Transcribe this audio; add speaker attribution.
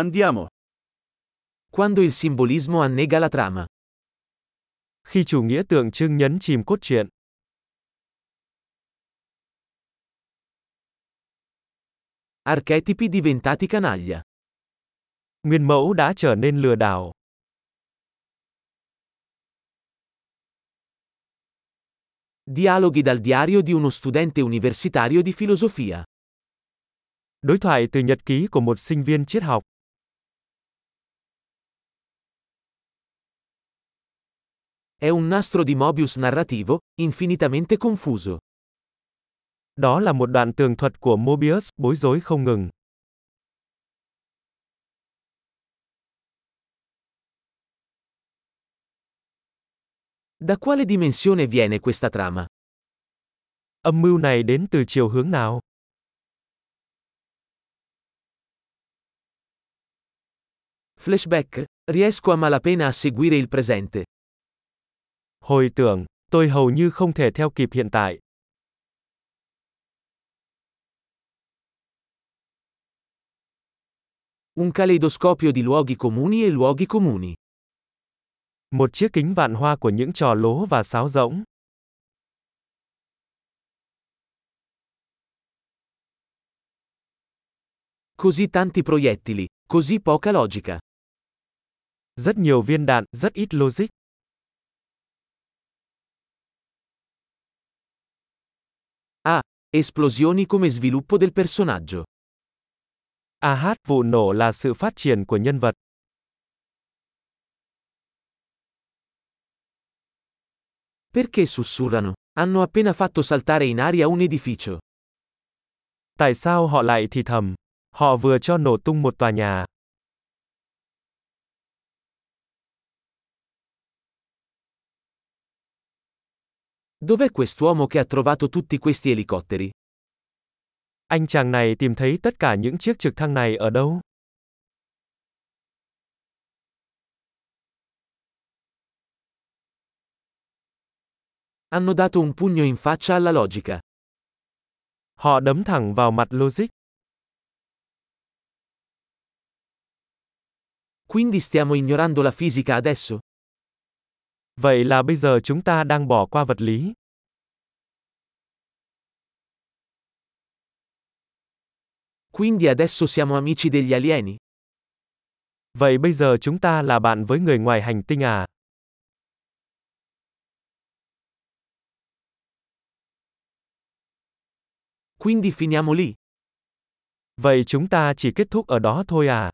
Speaker 1: Andiamo.
Speaker 2: Quando il simbolismo annega la trama.
Speaker 3: Khi chủ nghĩa tượng trưng nhấn chìm cốt truyện.
Speaker 2: Archetipi diventati canaglia.
Speaker 3: Nguyên mẫu đã trở nên lừa đảo.
Speaker 2: Dialoghi dal diario di uno studente universitario di filosofia.
Speaker 3: Đối thoại từ nhật ký của một sinh viên triết học.
Speaker 2: È un nastro di Mobius narrativo, infinitamente confuso.
Speaker 3: Đó là một đoạn tường thuật của Mobius, bối rối không ngừng.
Speaker 2: Da quale dimensione viene questa trama?
Speaker 3: Âm mưu này đến từ chiều hướng nào?
Speaker 2: Flashback, riesco a malapena a seguire il presente.
Speaker 3: Hồi tưởng, tôi hầu như không thể theo kịp hiện tại.
Speaker 2: Un caleidoscopio di luoghi comuni e luoghi comuni.
Speaker 3: Một chiếc kính vạn hoa của những trò lố và sáo rỗng.
Speaker 2: Così tanti proiettili, così poca logica.
Speaker 3: Rất nhiều viên đạn, rất ít logic.
Speaker 2: Ah, esplosioni come sviluppo del personaggio.
Speaker 3: À hát, vụ nổ là sự phát triển của nhân vật.
Speaker 2: Perché sussurrano? Hanno appena fatto saltare in aria un edificio.
Speaker 3: Tại sao họ lại thì thầm? Họ vừa cho nổ tung một tòa nhà.
Speaker 2: Dov'è quest'uomo che ha trovato tutti questi elicotteri?
Speaker 3: Anh chàng này tìm thấy tất cả những chiếc trực thăng này ở đâu?
Speaker 2: Hanno dato un pugno in faccia alla logica.
Speaker 3: Họ đấm thẳng vào mặt logic.
Speaker 2: Quindi stiamo ignorando la fisica adesso?
Speaker 3: Vậy là bây giờ chúng ta đang bỏ qua vật lý.
Speaker 2: Quindi adesso siamo amici degli alieni?
Speaker 3: Vậy bây giờ chúng ta là bạn với người ngoài hành tinh à?
Speaker 2: Quindi finiamo lì.
Speaker 3: Vậy chúng ta chỉ kết thúc ở đó thôi à?